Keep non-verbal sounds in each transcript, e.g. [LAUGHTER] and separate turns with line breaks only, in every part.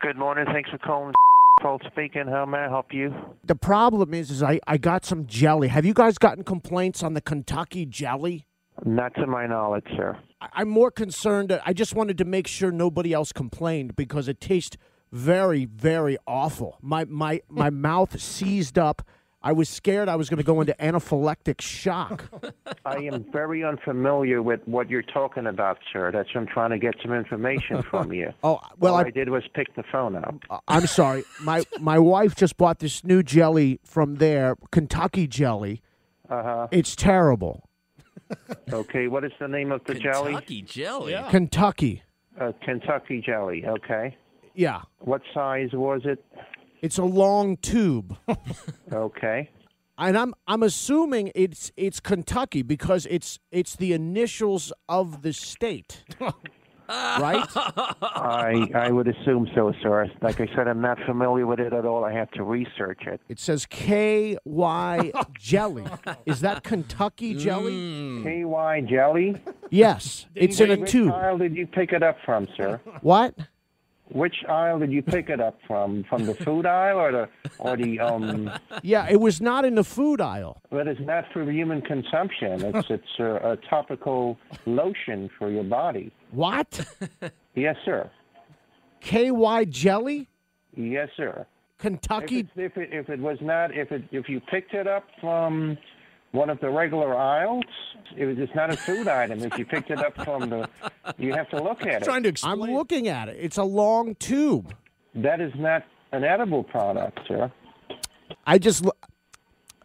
Good morning. Thanks for calling. Cold speaking. How may I help you?
The problem is, is I, I got some jelly. Have you guys gotten complaints on the Kentucky jelly?
Not to my knowledge, sir.
I, I'm more concerned. that- I just wanted to make sure nobody else complained because it tastes very, very awful. My my my mouth seized up. I was scared I was going to go into anaphylactic shock.
I am very unfamiliar with what you're talking about, sir. That's why I'm trying to get some [LAUGHS] information from you.
Oh well,
All
I,
I did was pick the phone up.
I'm sorry. My my wife just bought this new jelly from there, Kentucky jelly. Uh-huh. It's terrible.
Okay, what is the name of the jelly?
Kentucky jelly. Yeah.
Kentucky.
Uh, Kentucky jelly. Okay.
Yeah.
What size was it?
It's a long tube.
Okay.
And I'm I'm assuming it's it's Kentucky because it's it's the initials of the state. right?
[LAUGHS] I I would assume so, sir. Like I said, I'm not familiar with it at all. I have to research it.
It says K Y jelly. Is that Kentucky jelly?
K Y [LAUGHS] jelly.
Yes. It's in a
Which
tube.
aisle did you pick it up from, sir?
What?
Which aisle did you pick it up from? From the food aisle or the or the um?
Yeah, it was not in the food aisle.
But it's not for human consumption. It's it's a, a topical lotion for your body.
What?
Yes, sir.
KY jelly?
Yes, sir. If
Kentucky
it, if it if it was not if it if you picked it up from one of the regular aisles, it was, it's not a food item. If you picked it up from the, you have to look at it.
Trying to explain.
I'm looking at it. It's a long tube.
That is not an edible product, sir.
I just l-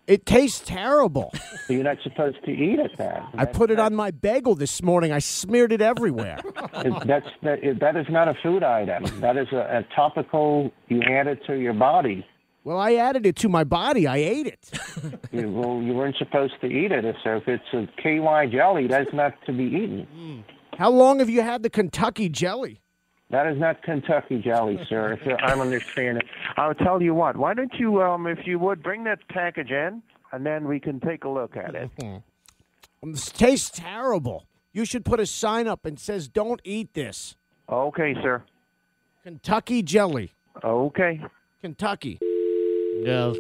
it tastes terrible.
You're not supposed to eat it. That
I put it on my bagel this morning. I smeared it everywhere.
It- that's that, it- that is not a food item. That is a, a topical you add it to your body.
Well, I added it to my body. I ate it.
You, well, you weren't supposed to eat it. So if it's a KY jelly, that's not to be eaten.
How long have you had the Kentucky jelly?
That is not Kentucky jelly, sir. If you're- I'm understanding. I'll tell you what. Why don't you, um, if you would, bring that package in, and then we can take a look at it.
Um, This tastes terrible. You should put a sign up and says don't eat this.
okay, sir.
Kentucky jelly.
Okay.
Kentucky.
Yeah.